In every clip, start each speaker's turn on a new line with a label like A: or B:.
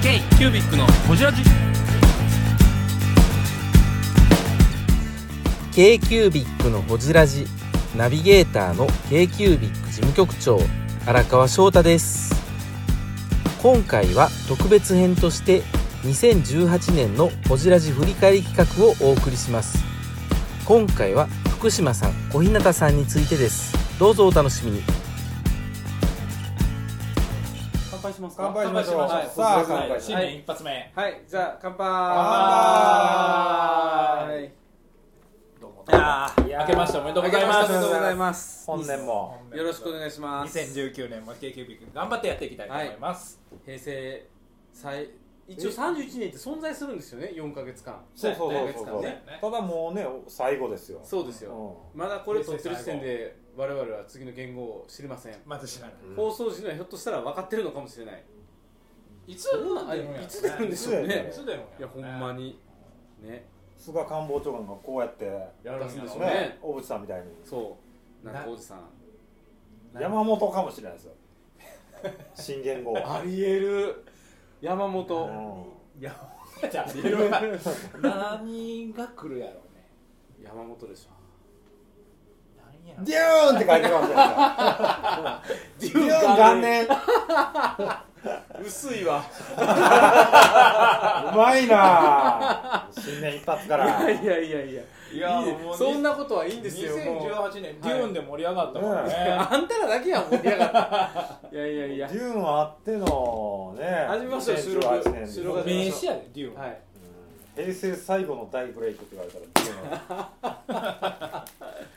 A: キュービックのホジラジ
B: k q u b i c のほじラジナビゲーターの k q u b i c 事務局長荒川翔太です今回は特別編として2018年のほじラジ振り返り企画をお送りします今回は福島さん小日向さんについてですどうぞお楽しみに
A: 乾杯します
C: 乾杯しましょう
A: はい
C: さあ
A: はい
C: 乾杯
A: 新年一発目
C: はい、じゃあ乾杯
A: 乾杯
C: どうも
A: いやー明けましておめでとうございま
C: おめでとうござい
A: す
C: ます
D: 本年も
C: よろしくお願いします
A: 2019年も k q ビック頑張ってやっていきたいと思います
C: 平成最一応31年って存在するんですよね、4ヶ月間
D: そうそうそう
C: 四ヶ
D: そ
C: 月間
D: う、
C: ね
D: ただもうね最後ですよ
C: そうですよまだこれ撮ってる時点で我々は次の言語を知りません
A: まず知らない
D: うん
C: 放送時にはひょっとしたら分かってるのかもしれない
A: いつ
C: どんなあれいつ出るんでしょう
A: い
C: ね
A: つ出るんや
C: いや、ほんまにね、
D: 菅官房長官がこうやって
A: やるん
C: 出すんで
A: で
C: し
A: し
C: ょ
A: ょ
C: う
A: う
C: ね
A: ね
D: 小渕さんみたいに
C: そうなんかおじさん
D: 山本かもしれないですよ新元号
C: ありえる山本
A: いやじゃあ出るわ何が来るやろうね
C: 山本でしょ
A: 何や
D: デューンって書いてるかもしれないですよデューン元年
C: 薄いわ
D: うまいな新年一発か
C: い
D: ら
C: やいやいやいや
A: いや
C: いい
A: もう
C: そんなことはいいんですよもう
A: 2018年デューンで盛り上がったもんね
C: あんたらだけやん盛り上がった いやいやい
D: デ
C: や
D: ューンあってのね
C: 始めましょう収録
D: 2018年
C: 収録始め
A: 名刺やでデューン
C: はい
D: うん平成最後の大ブレイクって言われたらデューン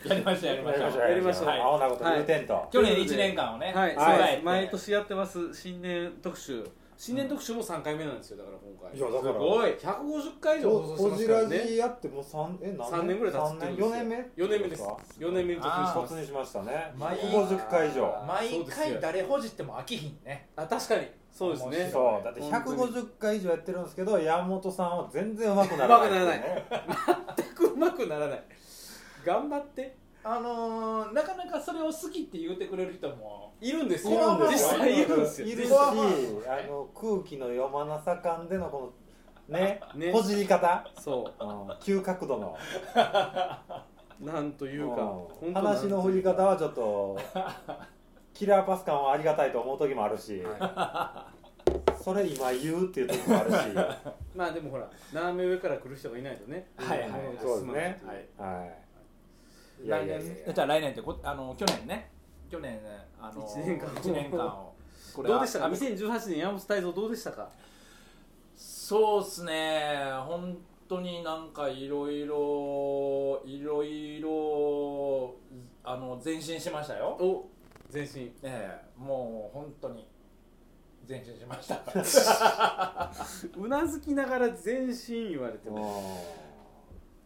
A: やりましたやりました
C: やりましょう
A: はい
D: 青なこと言うてんと、
A: 去年1年間をね
C: は
D: はい
C: い、そう
A: は
C: で
A: い
C: す毎年やってます新年特集新年特集も3回目なんですよだから今回
D: いやだから
C: すごい150回以上放送して
D: こ
C: ます
D: じ
C: かららね
D: じやってもう三え何
C: 3年ぐらい経つってるんですよ
D: 三年四年目
C: 4年目です4年目に突入して
D: 突
C: ます
D: 入しましたね
A: 毎
D: 150回以上
C: そう
A: 毎
C: ですよ
A: 回誰ほじっても飽きひんね
C: あ確かにそうですね
D: そうだって
C: 本当に
D: 150回以上やってるんですけど山本さんは全然うまくなら
C: 上手くな
D: な
C: ら
D: い
C: ない
D: ね
C: 全 くうまくならない頑張って
A: あのー、なかなかそれを好きって言ってくれる人も
C: いるんです
D: いる
C: よ
D: んですよ
C: 実際いるんですよ
D: いるし
C: 実際
D: あの空気の読まなさ感でのこのね
C: ね
D: ほじり方、
C: そ
D: うん急角度の
C: うなんというか
D: うん
C: 本当なんと
D: 話
C: いうか
D: の振り方はちょっ とキラーパス感はありがたいと思う時もあるし、それ今言うっていう時も あるし
C: まあでもほら斜め上から来る人がいないとね
A: はいはいはい
C: 物事が進まないとい
A: はい
D: はいいやいやいやいや
A: じゃあ来年ってこあの去年ね去年ねあの
C: 一年間
A: 一年間をこ
C: どうでしたか
A: あ
C: 2018年山本泰造どうでしたか
A: そうっすね本当になんかいろいろいろいろあの前進しましたよ
C: お全身
A: ええもう本当に前進しま した
C: うなずきながら全身言われても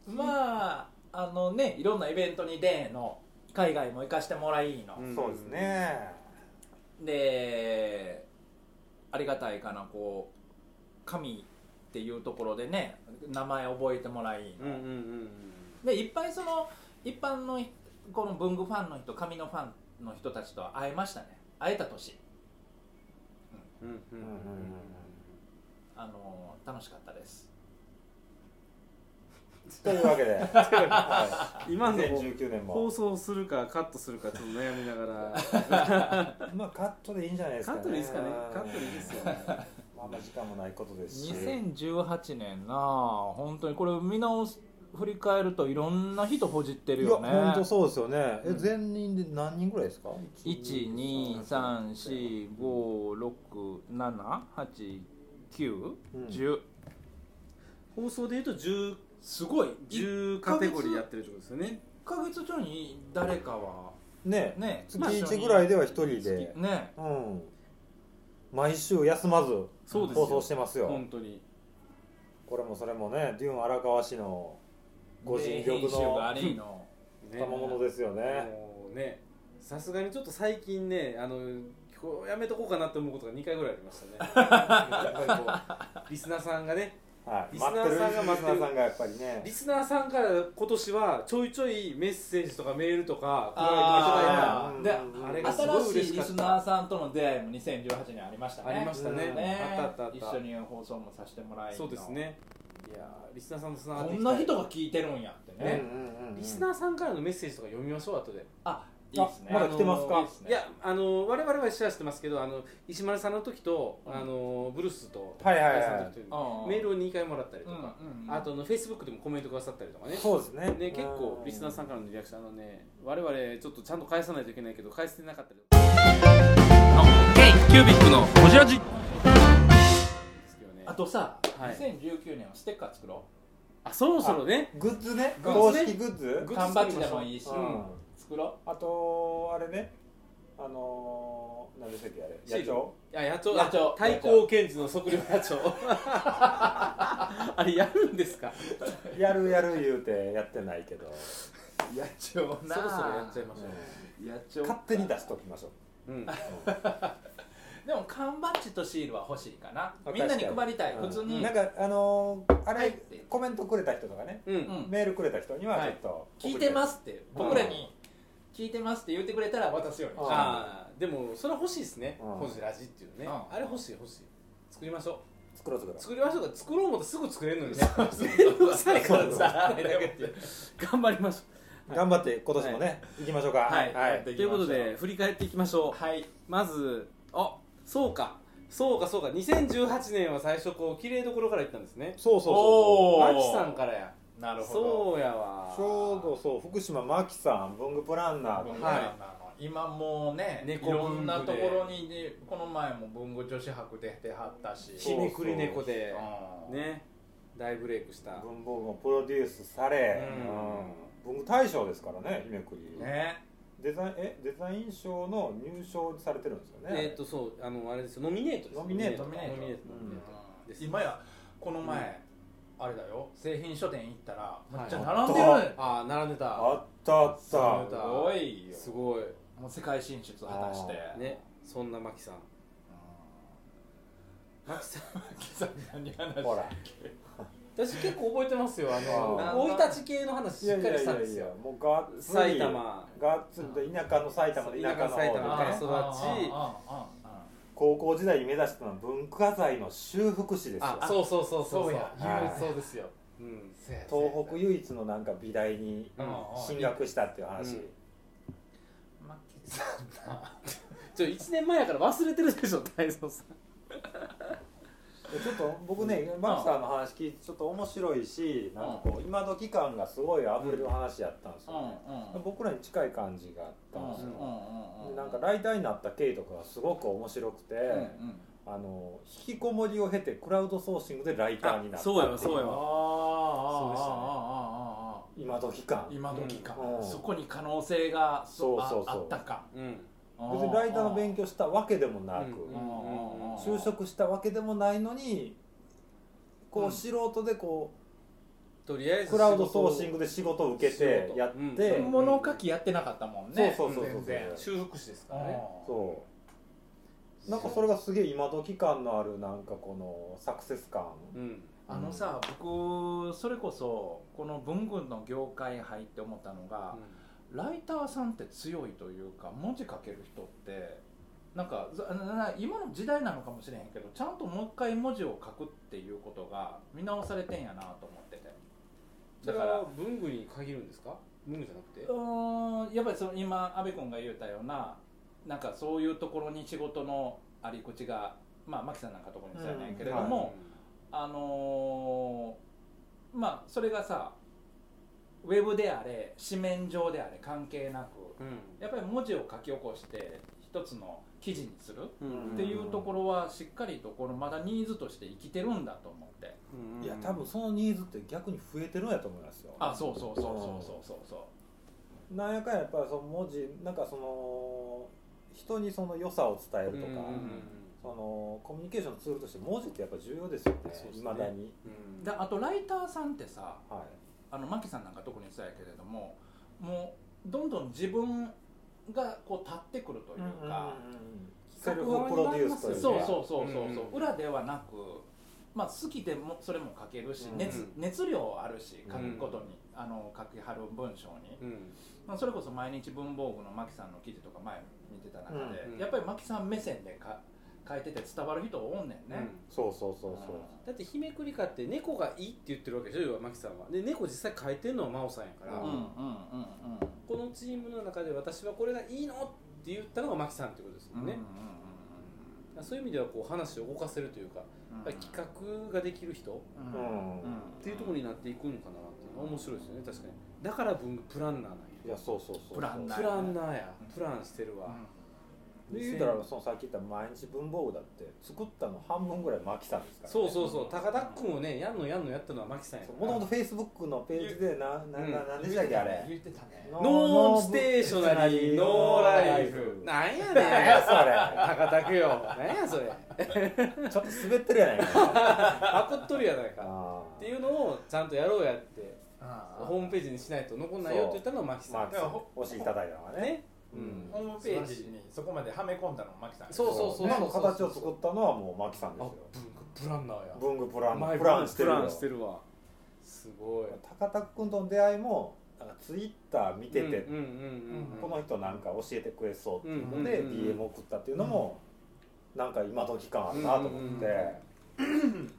A: まああのねいろんなイベントに出んの海外も行かしてもらいの、
D: うんそうですね
A: でありがたいかなこう神っていうところでね名前覚えてもらい
C: うん
A: の、
C: うんうんうん
A: でいっぱいその一般の人この文具ファンの人神のファンの人たちと会えましたね会えた年
C: うんう
D: う
C: ん
D: んうんうん
A: あの楽しかったです
D: というわけ で、は
C: 今の
D: 2019年
C: 放
D: も
C: 送するかカットするかちょっと悩みなが
D: まあカットでいいんじゃないですかね
C: カットでいいですかねカットでいいですよ
D: まあまあ時間もないことですし
A: 2018年なあ本当にこれ見直す振り返るといろんな人ほじってる
D: いや
A: よね
D: 本当そうですよねえ
A: うん
D: 全員で何人ぐらいですか
A: 1 2 3 4 5 6 7 8 9
D: うん
A: 10
C: ら放送で言うと10
A: すごい1
C: 10カテゴリーやってるってことですよね
A: ヶ月ちょいに誰かは
D: ね
A: ね
D: 月1ぐらい
A: で
D: では1人で
A: ね
D: うん毎週休まず
C: そうですよ
D: 放送してますよ
C: 本当に
D: これもそれもねデューン荒川市のご
A: で
D: 尽
A: 編
D: 力
A: 集があ
D: の
A: りの
C: ね
D: 賜物ですよ ね
C: もうねさすがにちょっと最近ねあのこうやめとこうかなって思うことが2回ぐらいありましたねやっぱりこうリスナーさんがね
D: はい、
C: リスナ
D: 待って
C: ー
D: る
C: さんが
D: リスナー
C: 待
D: さ
C: って
D: んがやっぱりね
C: リスナーさんから今年はちょいちょいメッセージとかメールとか
A: あ
D: ー
A: ーで
D: うん
C: あれがすごい
A: 新し
C: 嬉
A: い
C: し
A: リ
C: か
A: ス
C: っ
A: ナ
C: た
A: ーさんとの出会いも2018にありましたね
C: ありましたね
A: ね
C: あったあったあった
A: 一緒に放送もさせてもらい
C: そうですねいやーリスナーさんとつながっ
A: こ
C: てい
A: ん
C: きたい
A: な人が聞いてるんやってね、
D: うんうんうんうん
C: リスナーさんからのメッセージとか読みましょう後で
A: あいいですね
D: あまだ来てますか
A: あのいいっね
C: いやあの我々はシェアしてますけどあの石丸さんの時とあのブルースと
D: はいはいはい
C: 高井さんの時と
A: ああ
C: メールを2回もらったりと
A: うん
C: か
A: うんうん
C: あとあのフェイスブックでもコメントくださったりとかね
D: そうですね
C: ね、結構
D: うん
C: リスナーさんからのリアクションあのね我々ちょっとちゃんと返さないといけないけど返せてなかったり
B: ケイキュービックのホジラジ
C: ですけどね
A: あとさ、
C: はい
A: 2019年はステッカー作ろ
C: あそろそろね
D: グッズね
C: グッ
D: 公
C: ズね
D: 式グッズ
A: う
C: グッ
A: 缶
C: ズ
A: バ
C: 作
A: ッ
C: り
A: ジで
C: ましょう
A: もいいし、
D: うん
A: 作ろ
D: あとあれねあのー、何でしたっけあれ野
C: シール
D: 鳥
C: いや野鳥
A: 野鳥
C: 対抗検事の測量野鳥 あれやるんですか
D: やるやる言うてやってないけど、
A: う野鳥
C: そろそろやっちゃいましょ
A: 野鳥
D: 勝手に出しときましょう
C: う、うん、
A: でも缶バッジとシールは欲しいかな
D: 確かに
A: みんなに配りたい、
D: うん
A: 普通に、
D: なんかあのー、あれ、
A: はいって
D: コメントくれた人とかね、
C: うん
A: うん
D: メールくれた人にはちょっと、
A: 聞いてますすって僕らに聞いてますって言ってくれたら渡すようにした
C: あーでもそれ欲しいですね、
D: うん
C: ホジラジっていうのね、
A: うん
C: あれ欲しい欲しい作りましょ
D: 作ろう作ろ
C: う
D: う
C: 作りましょうか作ろうもとすぐ作れるのにね めんどくさいからさあれだけっていう頑張りましょはい
D: 頑張って今年もね、行きましょうか
C: はい
D: は
A: やっ
D: い
A: て
C: う
A: い
C: と
A: きまし
C: いう
A: ょ
C: ことで振り返っていきましょう
A: はい
C: まずあそうかそうかそうか2018年は最初こう綺麗どころから行ったんですね
D: そうそう
A: お
D: そう
A: ー
C: マキさんからや
A: なるほど
C: そうやわ
D: ちょうどそう福島真紀さん文具プランナーの
A: 文
D: ね
A: 具ランナーの今もうねい
C: 猫
A: ろんな
C: 文
A: と
C: 具
A: こ
C: で
A: ろに、ね、この前も文具女子博出てはったし
D: そ
C: ひ
D: う
C: ねくり猫で
A: うん
C: ね大ブレイクした
D: 文房具もプロデュースされ、
C: う
D: うん文具大賞ですからね姫くり、
A: ね
D: デザインえデザイン賞の入賞されてるんですよね
C: えっとそうあのあれですよノミネートです
D: ノミネート
A: ノミネート
C: ノミネート
D: うん
C: ノミネートです
A: 今やこの前、あれだよ製品書店行ったらめっちゃ
D: はい
A: 並んでる、
C: ああ並んでた
D: あったあっ
C: そう
D: た
C: だ
A: すごいよ
C: すごい
A: もう世界進出果たして
C: ねそんなマキさんマキさん
A: さ何話
D: ほら
C: 私結構覚えてますよあ
D: あ
C: の
A: ー
C: 生い立ち系の話
D: い
C: し
D: や
C: っ
D: い
C: か
D: やい
C: りした
D: や
C: んです
D: いや
C: よ
D: もうがっつり
C: 埼玉
D: がっつりと田舎の埼玉で田舎の
C: 田舎埼玉
D: 方で
C: から
D: ね
C: 育ち
D: 高校時代に目指したのは文化財の修復師ですよ
C: あそうそうそうそう
A: そうや
D: はい
C: そうですようん
D: 東北唯一のなんか美大に進学したっていう話、
C: うんちょ1年前やから忘れてるでしょ大蔵さん
D: ちょっと僕ねマキさんの話聞いてちょっと面白いしなんかこう今時感がすごい溢れる話やったんですよね、僕らに近い感じがあったんですよ、でなんかライターになった経緯とかがすごく面白くて、あの引きこもりを経てクラウドソーシングでライターになったってい
C: そうやわそう
A: あ
C: や
A: あああああ
C: わ
A: ああ
D: 今時感別
A: 今時かそこに可能性があったか
C: うん
D: にライターの勉強したわけでもなく、
C: うんうんうん
D: 就職したわけでもないのにこ
A: う
D: うん素人でこ
C: とりあえ
D: う
C: ず
D: クラウドソーシングで仕事を受け
C: 仕
D: て
C: 事
D: やって、
C: うん
A: 物書きやってなかったもんね
D: そうそうそうそう
A: 全然
C: 修復師ですからね
A: そ
D: そうなんかそれがすげえ今時感のあるなんかこのサクセス感、
C: うん
A: あのさ僕それこそこの文具の業界に入って思ったのが、ライターさんって強いというか文字書ける人ってなんかざなな今の時代なのかもしれへんけどちゃんともう一回文字を書くっていうことが見直されてんやなと思ってて
C: だ
A: だか
C: か
A: らら
C: 文具に限るんですか文具じゃなくて
A: うーんやっぱりその今阿部君が言うたようななんかそういうところに仕事のあり口がまあ牧さんなんかところにそうやねんけれども、
D: うんは
A: あのーまあそれがさウェブであれ紙面上であれ関係なく
C: うん
A: やっぱり文字を書き起こして一つの記事にするっ
C: うん
A: ていうところはしっかりとこのまだニーズとして生きてるんだと思って
D: いや多分そのニーズって逆に増えてるんやと思いますよ
A: あそうそうそうそうそうそうそう
D: なんやかんややっぱりその文字なんかその人にその良さを伝えるとか、
C: うんうんうん
D: そのコミュニケーションのツールとして文字ってやっぱ重要ですよね
C: そうです
D: い
C: ね
D: まだに、
C: うん
A: であとライターさんってさ
D: は
A: あのマキさんなんか特にそうやけれどももうどんどん自分がこう立ってくると
D: い、
A: いうか、
D: セルフプロデュースというか
A: そうそうそうそうそう、
C: うんうん
A: 裏ではなくまあ、好きでもそれも書けるし、
D: うん
A: 熱熱量あるし書くことに、
C: う
A: あの書きはる文章に、
C: うん
A: まあ、それこそ毎日文房具の牧さんの記事とか前見てた中で、
C: うん
A: やっぱり牧さん目線でか書いてて伝わる人おんねんね、
D: そうそうそう
A: うん
D: そう
C: だって日めくりかって猫がいいって言ってるわけでしょ要はマキさんはで猫実際描いてるのは真央さんやから、
A: うんうんうんうん
C: このチームの中で私はこれがいいのって言ったのがマキさんってことです
A: う
C: も
A: ん
C: んね
A: うん、
C: そういう意味ではこう話を動かせるというか、
A: うん
C: やっぱり企画ができる人っ
A: うん
D: うん
C: ていうところになっていくのかなっていうのは面白いですよね確かにだから文具プランナーな
D: い
C: んや
D: やそうそうそう
A: プランナー
C: プランナーや
A: うん
C: プランしてるわ、
D: で言うたらそのさっき言った毎日文房具だって作ったの半分ぐらいマキさんですから、ね、
C: そうそうそう高田君をねやんのやんのやったのはマキさんや
D: もともとフェイスブックのページでななななんでしたっけあれ
A: 言ってたね
C: ノーステーショナリーノーライフ
D: な
C: なんや
D: 何
C: ねん
D: や
C: 高田君よなんやそれ
D: それちょっと滑ってるやないか
C: パクっとるやないか
D: あ
C: って
D: ー
C: いうのをちゃんとやろうやって
A: ああ
C: ホームページにしないと残んないよって言ったのはマキ
D: ま
C: さ
D: あ押していただいたのは
C: ん
D: ね
C: ねうん
A: ホームページにそこまではめ込んだのマキさん
C: そうそうそうそう
D: ね形を作ったのはもうマキさんです
C: あ
D: よ
C: 文具プランナーや
D: 文具プラン
C: 前
D: プランしてる
C: プ
D: よ
C: ランしてるわすごい
D: 高田君との出会いもなんかツイッター見てて、
C: うんうんうんうん
D: この人なんか教えてくれそうっていうの
C: う
D: で、
C: んうんうんうん
D: DM 送ったっていうのも、なんか今時感あるなと思って、
C: うんうんうん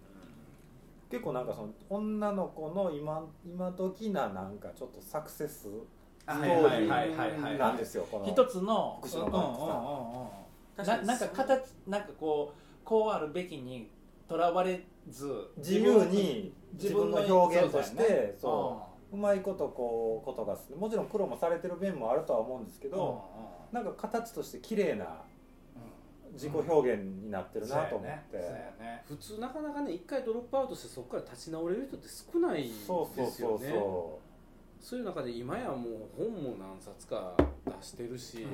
D: 結構なんかその女の子の今今時ななんかちょっとサクセス
A: はいはいはいはいはい
D: なんですよ、この
A: 一つの
D: 福島マークさん
A: うんうんうんうんななんか形なんかこうこうあるべきにとらわれず
D: 自由に自分の表現としてそう,、
A: そう
D: まいことこうことがすもちろん苦労もされてる面もあるとは思うんですけ
A: うだよね
D: ど、なんか形として綺麗な自己表現になって
A: うんうんうん
D: るなと思っ
A: そう
D: て
A: や、ね
C: 普通なかなかね一回ドロップアウトしてそこから立ち直れる人って少ないですよ
D: そうそう
C: ね
D: そうそ
C: そういう中で今やもう本も何冊か出してるし、
D: う、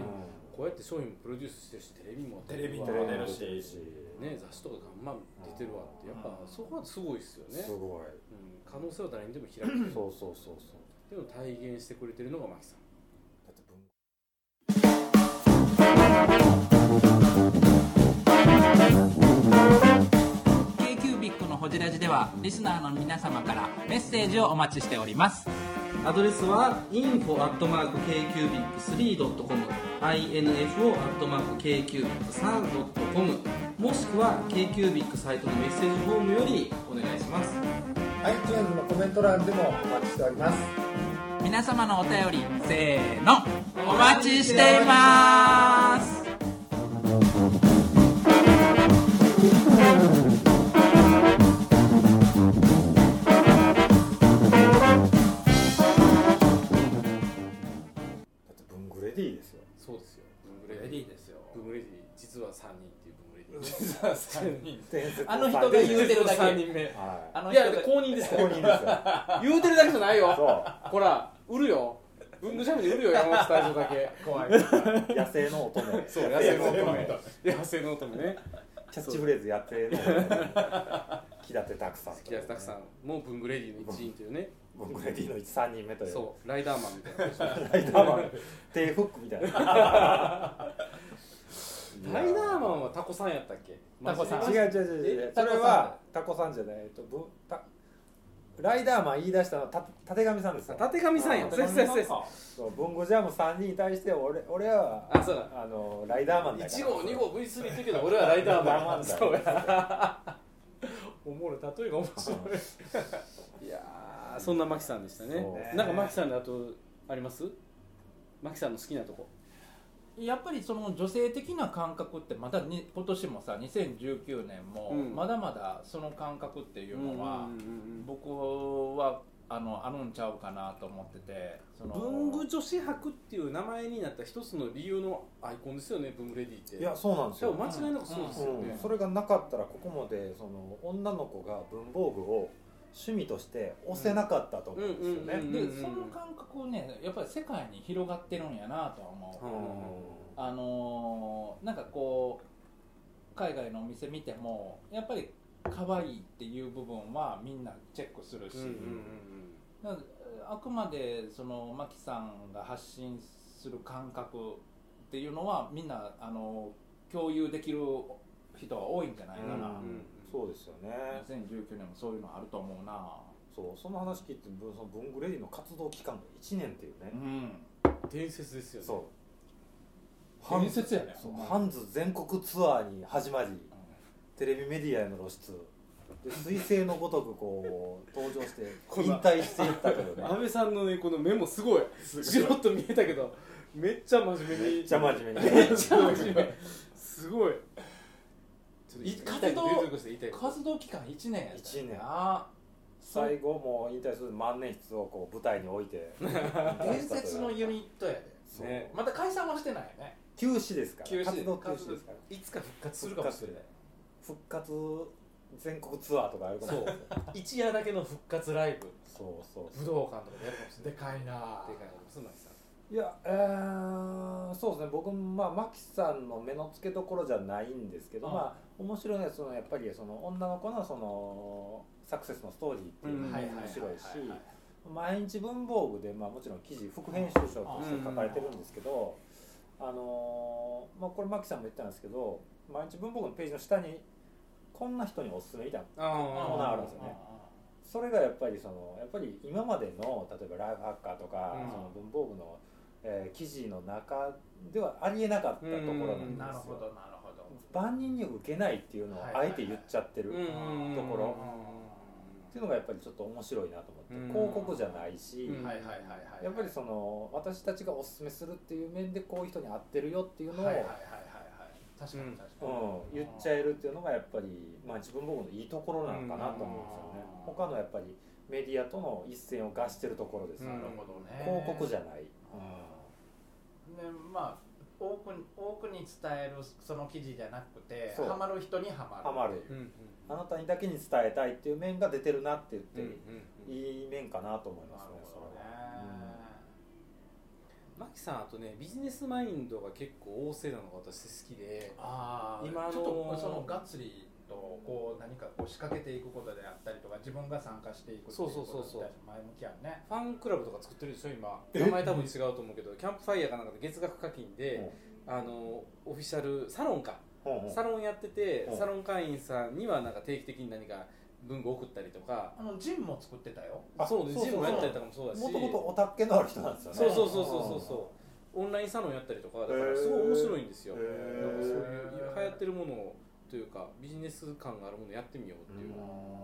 C: こうやって商品もプロデュースしてるしテレビも
A: テレビ
D: う
A: も
D: ん、
A: 出てるし
D: テレビも出てるし、
C: ね、雑誌とかガンマン出てるわってやっぱ
A: うん
C: そこはすごいですよね、
D: すごい
C: うん可能性は誰にでも開くっ
D: そうそうそうそう
C: ていうのを体現してくれてるのがマキさん
D: だって文
E: k q b i c のホジラジではリスナーの皆様からメッセージをお待ちしております
B: アドレスは info.kcubic3.com info.kcubic3.com もしくは KQBIC サイトのメッセージフォームよりお願いします
F: iTunes のコメント欄でもお待ちしております
E: 皆様のお便りせーのお待ちしています
D: だって文具レディーですよ
C: そうですよブング
A: レデ
C: レディ
A: ィーですよ
C: ブングレディ実は3人っていうブングレディ
A: 実は三 人
D: 伝説
A: あの人が言うてるだ
C: 3
A: け
C: 人目
D: はい
A: あの
C: い
A: 人
C: や
A: が
C: 公認です
D: こ
C: か
D: こ
C: ら
D: にいるんですよ
C: 言うてるだけじゃないよ
D: そ
C: ほら売るよ文具ジャムで売るよ山本スタジオだけ
A: 怖いから
D: う野生の乙女
C: そう野生の乙女野生の乙女ね
D: キャッチフレーズやってるの木立拓さん
C: 木安拓さんも文具レディの一員というね
D: 文具レディーの3人目という
C: そうライダーマンみたいな
D: ライダーマン手フックみたいな
C: ライダーマンはタコさんやったっけ
A: タコさん
D: 違う違う違う違う
A: え
D: それはタコさんじゃないえっとぶたライダーマン言い出したのはたたてがみさんですよ
C: たてがみさんやそうそうそうそう
D: そう文語ジャム3人に対して俺俺は
C: あそうだ
D: あのライダーマンだから
C: 1号2号 V3 言ってるけど俺はライダー
D: ライダーマ
C: マン
D: ンだ
C: そうや おもろい例えが面白 いいやーそんなマキさんでしたね
D: そう
C: なんかマキさんであとありますマキさんの好きなとこ
A: やっぱりその女性的な感覚ってまだに今年もさ2019年も
C: うん
A: まだまだその感覚っていうのは
C: うんうんうん
A: 僕はあのあるんちゃうかなと思っててその
C: 文具女子博っていう名前になった一つの理由のアイコンですよね文具レディって
D: いやそうなんです
C: でも
D: よ
C: 間違いなくそうですよ
D: う
C: ね
D: ん、それがなかったらここまでその女の子が文房具を趣味として押せなかったと思うんですよね、
C: うんうん
A: でその感覚をねやっぱり世界に広がってるんやなとは思う、あのーなんかこう海外のお店見てもやっぱり可愛いっていう部分はみんなチェックするし、
C: うんうんうん
A: なんかあくまでそのマキさんが発信する感覚っていうのはみんなあの共有できる人は多いんじゃないかな、
D: うん
C: うんうん
D: そうですよね
A: 2019年もそういうのあると思うな
D: そうその話聞いてぶその文具レディの活動期間が1年っていうね、
A: うん
C: 伝説ですよね
D: そう
A: 伝説やね
D: そう
A: ほんまに
D: ハンズ全国ツアーに始まり、テレビメディアへの露出で彗星のごとくこう登場して
C: こん
D: 引
C: な
D: 退していったけど
C: 安
D: ね
C: 倍さんのねこの目もすごいしろっと見えたけどめっちゃ真面目に
D: めっちゃ真面目に
C: めっちゃ真面目すごいちょっと言いたい
A: 活動
C: 言いたいこと言いたいこと
A: 活動期間1年やった
D: 一年
A: あ
D: 最後もう引退する万年筆をこう舞台に置いて
A: 伝説のユ
D: 弓
A: ニットやで
C: ね
A: また解散はしてないよね
D: 休止ですから
C: 休止
D: 活動休止ですから
C: いつか復活するかもしれない
D: 復活全国ツアーとかあるかもしれない
C: 一夜だけの復活ライブ
D: そうそうそう
C: 武道館とかでやるかもしれない
A: でかいな
C: でかいの須磨さん
D: いや、えー、そうですね僕もまあマキさんの目の付けどころじゃないんですけど、
A: うん
D: まあ面白いのはそのやっぱりその女の子のそのサクセスのストーリーっていうの
C: うん
D: も
A: はい
D: 面
A: はいはいはい
D: 白いし毎日文房具で、まあ、もちろん記事副編集長として書かれてるんですけど、あのーまあ、これマキさんも言ったんですけど毎日文房具のページの下にこんな人におすすめみたいな
C: あ
D: ーナーあるんですよねそれがやっぱりそのやっぱり今までの例えばライフハッカーとか、
C: うん
D: その文房具の、えー記事の中ではありえなかったところなん
C: うん
D: で
A: なる
D: す
A: ほ
D: よ
A: どなるほど
D: 万人に受けないっていうのを
A: はい
D: あえて言っちゃってる、
C: うん
D: っ
C: うんうん
D: ところ
C: う
D: ていうのがやっぱりちょっと面白いなと思って、
C: うん
D: 広告じゃないし、
C: うん
A: はいはいはいはい
D: やっぱりその私たちがおすすめするっていう面でこういう人に合ってるよっていうのを、
A: はいはいはいはいはい確かに確かに
D: うん、言っちゃえるっていうのがやっぱり、まあ、自分僕のいいところなのかなと思うんですよね、
A: うん
D: 他のやっぱりメディアとの一線を画してるところですよね、
A: なるほどね
D: 広告じゃない、
A: でまあ多く多くに伝えるその記事じゃなくて
D: そう
A: ハマる人にはまる
D: ハマる
C: んうん
D: あなたにだけに伝えたいっていう面が出てるなって言って、
C: うん
D: いい面かなと思い
A: な
D: ま
A: る
D: すね
A: ほどね
C: マキさんあとねビジネスマインドが結構旺盛なのが私好きで
A: ああ
C: 今の
A: ちょっとそのがっつりとこう何かこう仕掛けていくことであったりとか自分が参加していくっていうことに対
C: そうそうそうそう
A: して前向きやんね
C: ファンクラブとか作ってるでしょ今名前多分違うと思うけどキャンプファイヤーかなんかで月額課金で、あのオフィシャルサロンか、
D: うんうんうん
C: サロンやってて、
D: うん
C: サロン会員さんにはなんか定期的に何か文具送ったりとか、
A: あのジンも作ってたよ
D: あ
C: そうで
D: そうそう
C: ジムやったりとかもそうだし
D: もともとオタッケのある人なんですよね
C: そうそうそうそうそうそうオンラインサロンやったりとかだからすごい面白いんですよ、
D: へー
C: なんかそういう流行ってるものをというかビジネス感があるものやってみようっていう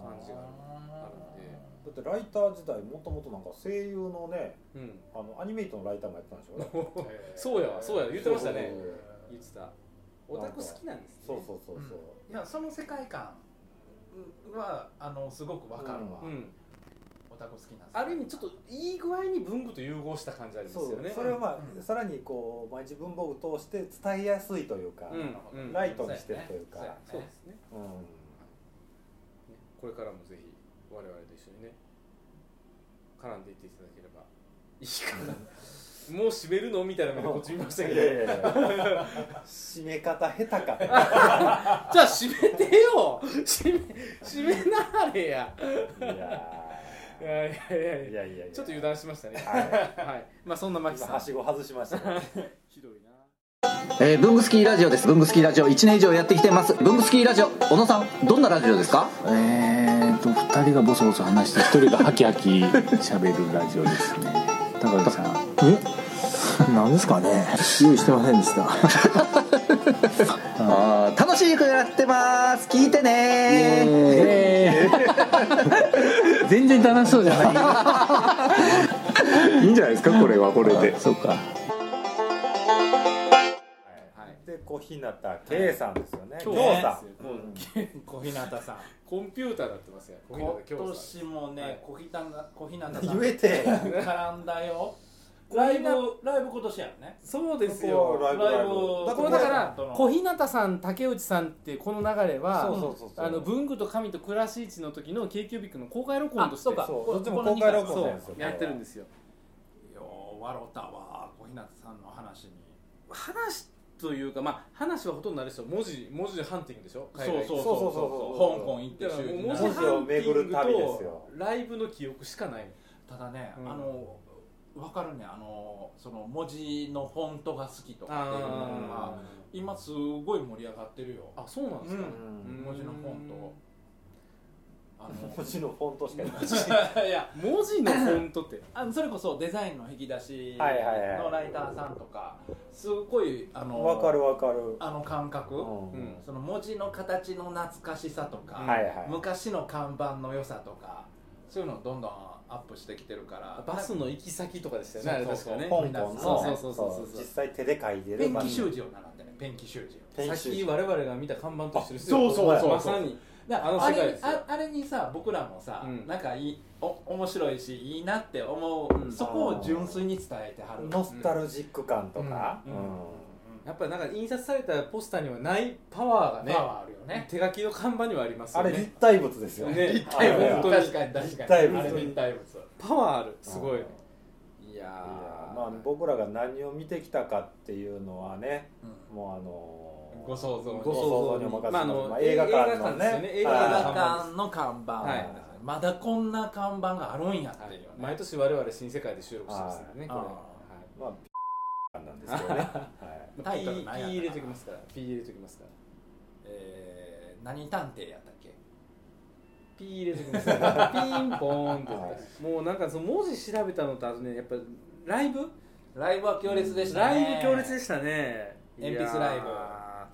C: 感じがあるんで
D: だってライター時代もともとなんか声優のね
C: うん、
D: あのアニメイトのライターもやってたんでしょ
A: へー
C: そうやわそうやわ言ってましたね
A: そうそう
C: 言ってたオタク好きなんですね
D: そうそうそうそう、
A: いやその世界観はあのすごくわかるわ、
C: うん、
A: オタク好きなんです
C: ある意味ちょっといい具合に文具と融合した感じあります
D: そう
C: よね
D: それをまあ、
A: うん
D: さらにこう毎日文房具通して伝えやすいというか、
C: うんうん
D: ライトにしてるというか
A: そうやね
C: そうですね
D: う
C: ねこれからもぜひ我々と一緒にね絡んでいっていただければいいかなもう閉めるのみたいな目でこっち見ました
D: ん
C: け
D: い
C: ど
D: やい
C: じ
D: やいや締め方下手かった
C: ゃあ閉めてよ閉め閉めなはれや
D: いや
C: いやいやいや
D: ー
C: い
D: い
C: や
D: やいやいや
C: ちょっと油断しましたね
D: は
C: はいまあそんない牧
D: 今
C: さん
D: はしご外しま したね
C: ひどいな
G: えー、文具スキーラジオです文具スキーラジオ1年以上やってきてます文具スキーラジオ小野さんどんなラジオですか
H: えーと2人がボソボソ話して1人がハキハキ喋るラジオですね高木さん
I: えなんですかね用意してませんでした
G: あー楽しい曲やってます聞いてね
H: えー全然楽しそうじゃないいいんじゃないですかこれはこれでそうか
D: で小日向圭さんですよね今
C: 今日
D: 日
C: ね
D: さ
C: うん
D: ん
A: 小日向さん
C: コンピューターだってますよ小日向
A: 今
C: 京子さ
A: 年もね、
C: はい
A: 小日向小日向さん
D: 言えて
A: 絡んだよ ライブライブ今年やろね
C: んそうで
D: ここライブラ
A: ラ
D: イブ
A: イブ
C: これだから
A: この
C: 小日向さん竹内さんってこの流れは
D: そうそうそうそう
C: あの文具と神と暮らし市の時の k q b i c の公開録音として
A: あそうか
D: そう
A: こ
D: どっちも
A: この
D: 公開録音
C: そ
D: な
C: うん
D: ですよ
C: やってるんですよ
A: よう笑うたわ小日向さんの話に
C: 話というかまあ話はほとんどあれですよ文字文字ハンティングでしょ
A: そうそうそう
D: そう
A: そう
D: そう
A: 香港行って
C: だからもう文字
D: 文字
C: ハ
D: を
C: ンテ
D: 巡
C: ィン
D: る旅です
C: グ
D: よ
C: とライブの記憶しかない
A: ただね、
C: うん
A: あの分かるねあのその文字のフォントが好きとかっていうのが
C: あ
A: 今すごい盛り上がってるよ
C: あそうなんですか
A: うん文字のフォントあの
D: 文字のフォントしかな い
A: いや
C: 文字のフォントって
A: あのそれこそデザインの引き出し
D: はいはいはい
A: のライターさんとかすっごいあの
D: わかるわかる
A: あの感覚、
D: うん
A: その文字の形の懐かしさとか、
D: はいはい
A: 昔の看板の良さとかそういうのをどんどんアップしてきてるから
C: バスの行き先とかでしたよねあれ
A: そう
C: 確
A: そう
C: かね
D: 香港の
C: そうそうそうそうそう
D: 実際手で書いてる
A: ペンキ習字を習ってねペンキ習字を
D: ペン
C: さっ
D: キ習
C: き
D: 字
C: 我々が見た看板と一緒ですよ
D: あそうそうそう
C: まさに
A: だから
C: あの
A: あ
C: 世界
A: れ
C: ですよ
A: ああれにさ僕らもさ、
C: うん
A: なんかいいお面白いしいいなって思う、
C: うん
A: そこを純粋に伝えてはる
D: ノスタルジック感とか
A: うん
C: やっぱりなんか印刷されたポスターにはないパワーがね
A: パワーあるよね
C: 手書きの看板にはあります
D: あ
C: よ
D: れ立
C: ね
D: 体物ですよ
C: ね
D: 立
C: あれ
D: 体
C: 本
D: 物
C: 当に
A: 確かに確
D: 立
A: か
D: 体
A: に
D: 物
A: あれ立体物
C: パワーあるすごい
D: うん
C: いや
D: いや
C: ー
D: まあ僕らが何を見てきたかっていうのはね
A: う
D: もうあのー
A: ご想像に
D: ご想像にお任せします
C: まああの
D: まあ映画館のね
C: 映画館ですよね映画
A: 映
C: 館
A: 画館の看板、
C: はい
A: まだこんな看板があるんやって
C: はい
A: いうね、
C: 毎年我々新世界で収録してますからねこ
A: はいあ
C: れはい
D: まあピッなんですけ どねはい
A: タイトル
C: P,
A: 何やったかな
C: P 入れときますから。P 入れときますから。
A: えー何探偵やったっけ
C: P 入れときますから。ピンポーンって言って。もうなんかその文字調べたのとあとね、やっぱりライブ
A: ライブは強烈でしたね
C: ライブ強烈でしたね。
A: 鉛筆ライブ
C: いや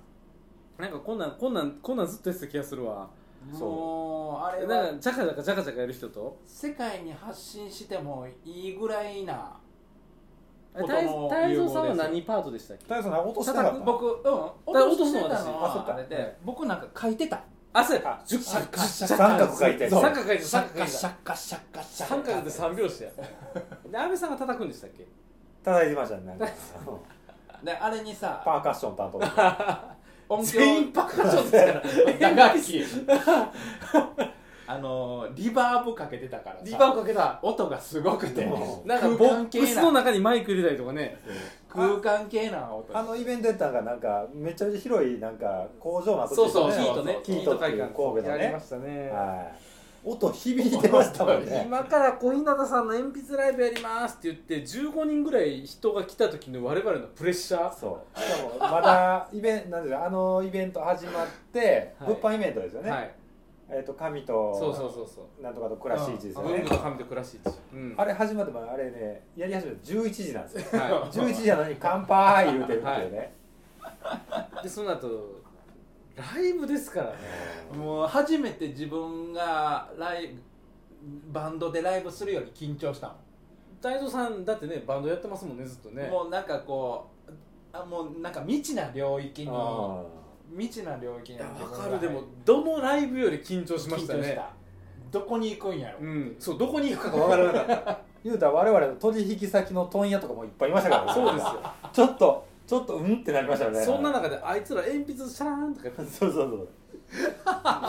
C: ーなんかこんなん、こんなん、こんなんずっとやってた気がするわ。
A: もうあれ
C: な
A: は
C: んか、ジャカジャカジャカジャカやる人と。
A: 世界に発信してもいいぐらいな
C: え
A: 子
C: 太
A: 供
C: 太蔵さんは
A: 有望です
C: 何パートでしたっけ
D: 大悟さん落としてなかった
A: 僕うん
C: ら
A: 落としてた
C: 落とすの
A: の
C: は私
D: あそっ
A: は
D: か
A: あれ
D: は
A: で
D: い
A: 僕なんか書いてた
C: あ、そう
D: あ
C: や。10
A: シャッカシャッカ
D: 三角書いて
C: 三角書いて
A: シ
C: 三
A: ャッ
C: 角書
A: カ
C: い
A: シャ
C: て
A: ッカシャッカシャッカ
C: 三角で三拍子や。で、安倍さんが叩くんでしたっけ
D: 叩いてましたねなんか
A: であれにさ
D: パーカッション担当とか
A: 音
C: 全員
A: 響
C: パーカッションですから。
A: 打楽器あのーリバーブかけてたからさ
C: リバーブかけた。
A: 音がすごくて
C: なんかボ
A: 空
C: ッ
A: 間系
C: クスの中にマイク入れたりとかね
A: 空間系な音
D: あのイベントやったんがなんかめっちゃ広いなんか工場の跡地
C: そうそう
D: です
C: キートね
D: キートっていう神戸の
C: やりま
D: ね
C: したね
D: はい音響いてましたもんね
C: 今から小日向さんの鉛筆ライブやりますって言って15人ぐらい人が来た時の我々のプレッシャー
D: そうしかもまだイベントなんですかあのイベント始まって、
C: はい
D: 物販イベントですよね、
C: はい
D: えっ、と神と
C: そうそうそうそう
D: なんとかと暮らしいですよ
C: 文
D: ね
C: 具、の神と暮らしいちうん
D: あれ始まってもあれねやり始めた11時なんです よ
C: は
D: 11時なのに「乾杯!」言うてるっていうね、
C: いでその後ライブですからね
A: もう初めて自分がライバンドでライブするより緊張したもん
C: 大蔵さんだってねバンドやってますもんねずっとね
A: もうなんかこうあもうなんか未知な領域の未知な領域
C: い
A: に
C: やわかるでもどのライブより緊張しました
A: 緊張
C: ね
A: どこに行くんやろ、
C: うんそうどこに行くかがわからなかっ
D: 言うたら我々の取引先の問屋とかもいっぱいいましたから、
C: たそうですよ
D: ちょっとちょっとうんってなりましたよね
C: そんな中であいつら鉛筆シャーンとかやって
D: そうそうそう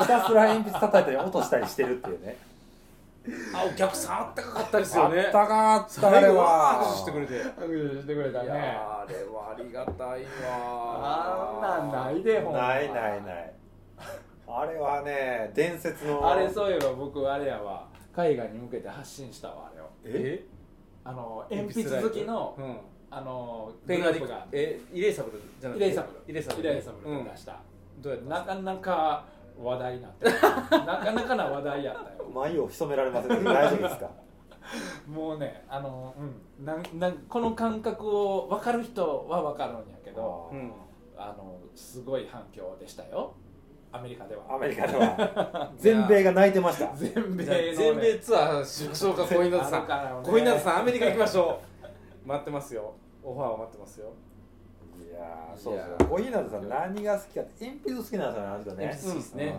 D: ひたすら鉛筆叩いたり落としたりしてるっていうね
C: あお客さんあったかかったですよね
D: あったかーったあ
C: 最
D: れ
C: 後は
D: は
C: 握手してくれていや
A: 握手してくれた
C: ー
A: ね
C: あれはありがたい
A: あん
C: わ
A: なんないでほんま
D: ないないないあれはね伝説の
A: あれそういえば僕あれやわ海外に向けて発信したわあれを
C: え
A: あの鉛筆好きの、あのペ
C: ペン
A: ン
C: が
A: が
C: で
A: で
C: き
A: きが
C: えイレーサブルじゃな
A: イ
C: くて
A: レイサブル
C: イレーサブ
A: イ
C: ル
A: レイサブル
C: うん
A: が出した、
C: どうやった
A: なかなか話題になってたなかなかな話題やったよ
D: 眉を潜められませんけど大丈夫ですか
A: もうねあの、うん、なんなんこの感覚を分かる人は分かるんやけど
C: うん
A: あのすごい反響でしたよアメリカで
D: ア
A: は
D: メリカでは全米が泣いてました
A: 全米
C: じゃあ
A: の、ね、
C: 全米ツアーしましょうか小日向さ
A: あるから
C: ん
A: ね
C: 小日向さんアメリカ行きましょう 待ってますよオファーを待ってますよ
D: いやーそうそう小日向さん何が好きかって鉛筆好きなんですよねあの人ね
C: 鉛筆好きですね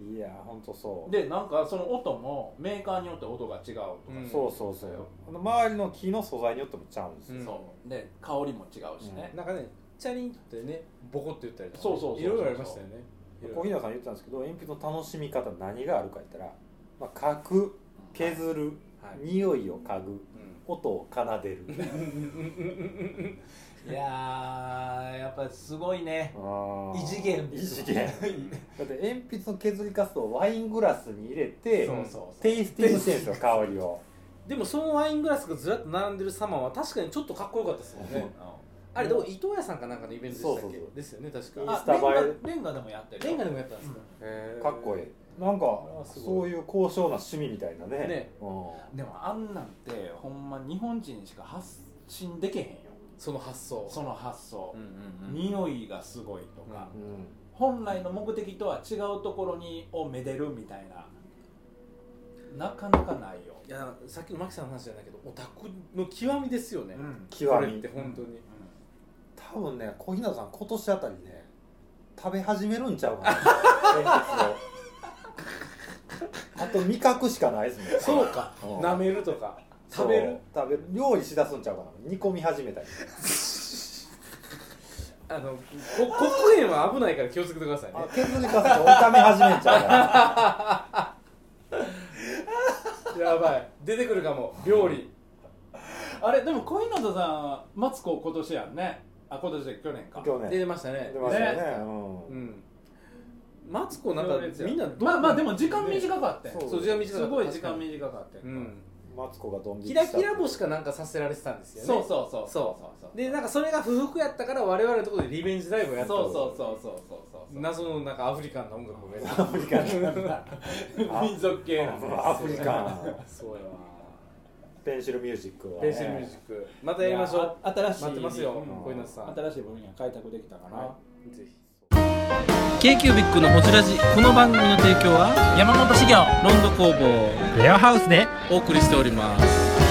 D: うんいやーほんとそう
A: でなんかその音もメーカーによって音が違うとか、
C: うん
D: そうそうそうあの周りの木の素材によってもちゃうんですよ、
C: うん
A: そうで香りも違うしね、
C: なんかねチャリンってねボコって言ったりとか
A: そうそうそうそう
C: いろいろありましたよね
D: 小日向さん言ってたんですけど鉛筆の楽しみ方何があるか言ったら、まあ、書く削る、
C: はい
D: 匂いを嗅ぐ
C: うん
D: 音を奏でる
A: いやーやっぱりすごいね
D: あー
A: 異次元
D: 異 次元だって鉛筆の削りカスをワイングラスに入れて
A: そうそうそう
D: テイスティングしてるんですよ香りを
C: でもそのワイングラスがずらっと並んでる様は確かにちょっとかっこよかったですもんねあれでも伊藤屋さんかなんかのイベントでしたっけ
D: そうそうそう
C: ですよね確
D: イン
C: か
D: スタ映え
A: レンガレンガでもやってる
C: レンガ
A: で
C: でもやったんですか、
D: かっこいいなんか
A: あすご
D: そ
A: いう
D: いう高尚な趣味みたいなね
C: ね
D: う
A: でもあんなんてほんま日本人しか発信できへんよ
C: その発想
A: その発想
C: うん、うんうん
A: 匂いがすごいとか、
D: んうん
A: 本来の目的とは違うところにをめでるみたいななかなかないよ、
C: いやさっきのマキさんの話じゃないけどオタクの極みですよね、
A: うん
C: こ
D: 極
C: れっ
D: み
C: て本当に、
D: 多分ね小日向さん今年あたりね食べ始めるんちゃう かな鉛筆を あと味覚しかないですね
C: そうか
D: うん
C: 舐めるとか食べる
D: そう食べる料理しだすんちゃうかな煮込み始めたり
C: あのこ黒煙は危ないから気をつけてくださいね
D: あ削りかすと炒め始めちゃうか
C: やばい出てくるかも料理
A: あれでも小日向さんマツコ今年やんねあ今年で去年から
D: 今日
C: 出
D: ね
C: てましたね
D: 出ましたよね
A: ね
D: うん
C: うんマツコなんかみんなどう
A: まあまあでも時間短かったよ、
D: ね
C: そう時間短か
A: す
C: った
A: ごい時間短かったよ、
C: うん
D: マツコがドン引き
C: キ
D: した
C: ラキラ星かなんかさせられてたんですよね
A: そうそうそう
C: そう
A: そう
C: でなんかそれが不服やったから我々のところでリベンジライブをやった
A: そうそうそうそうそうそうそう
C: 謎のなんかアフリカンな音楽をや
D: アフリカン
A: 民族系なんです
D: アフリカン
C: そうやわ
D: ペンシルミュージックは
C: ペ
D: ね
C: ンシルミュージックまたやりましょう
A: いやあ新しい
C: 待ってますよ
A: うん
C: 小日向さん
A: 新しい分野開拓できたかな、
C: ぜひ
B: k q b i c のホジラジこの番組の提供は山本資源ロンド工房レアハウスでお送りしております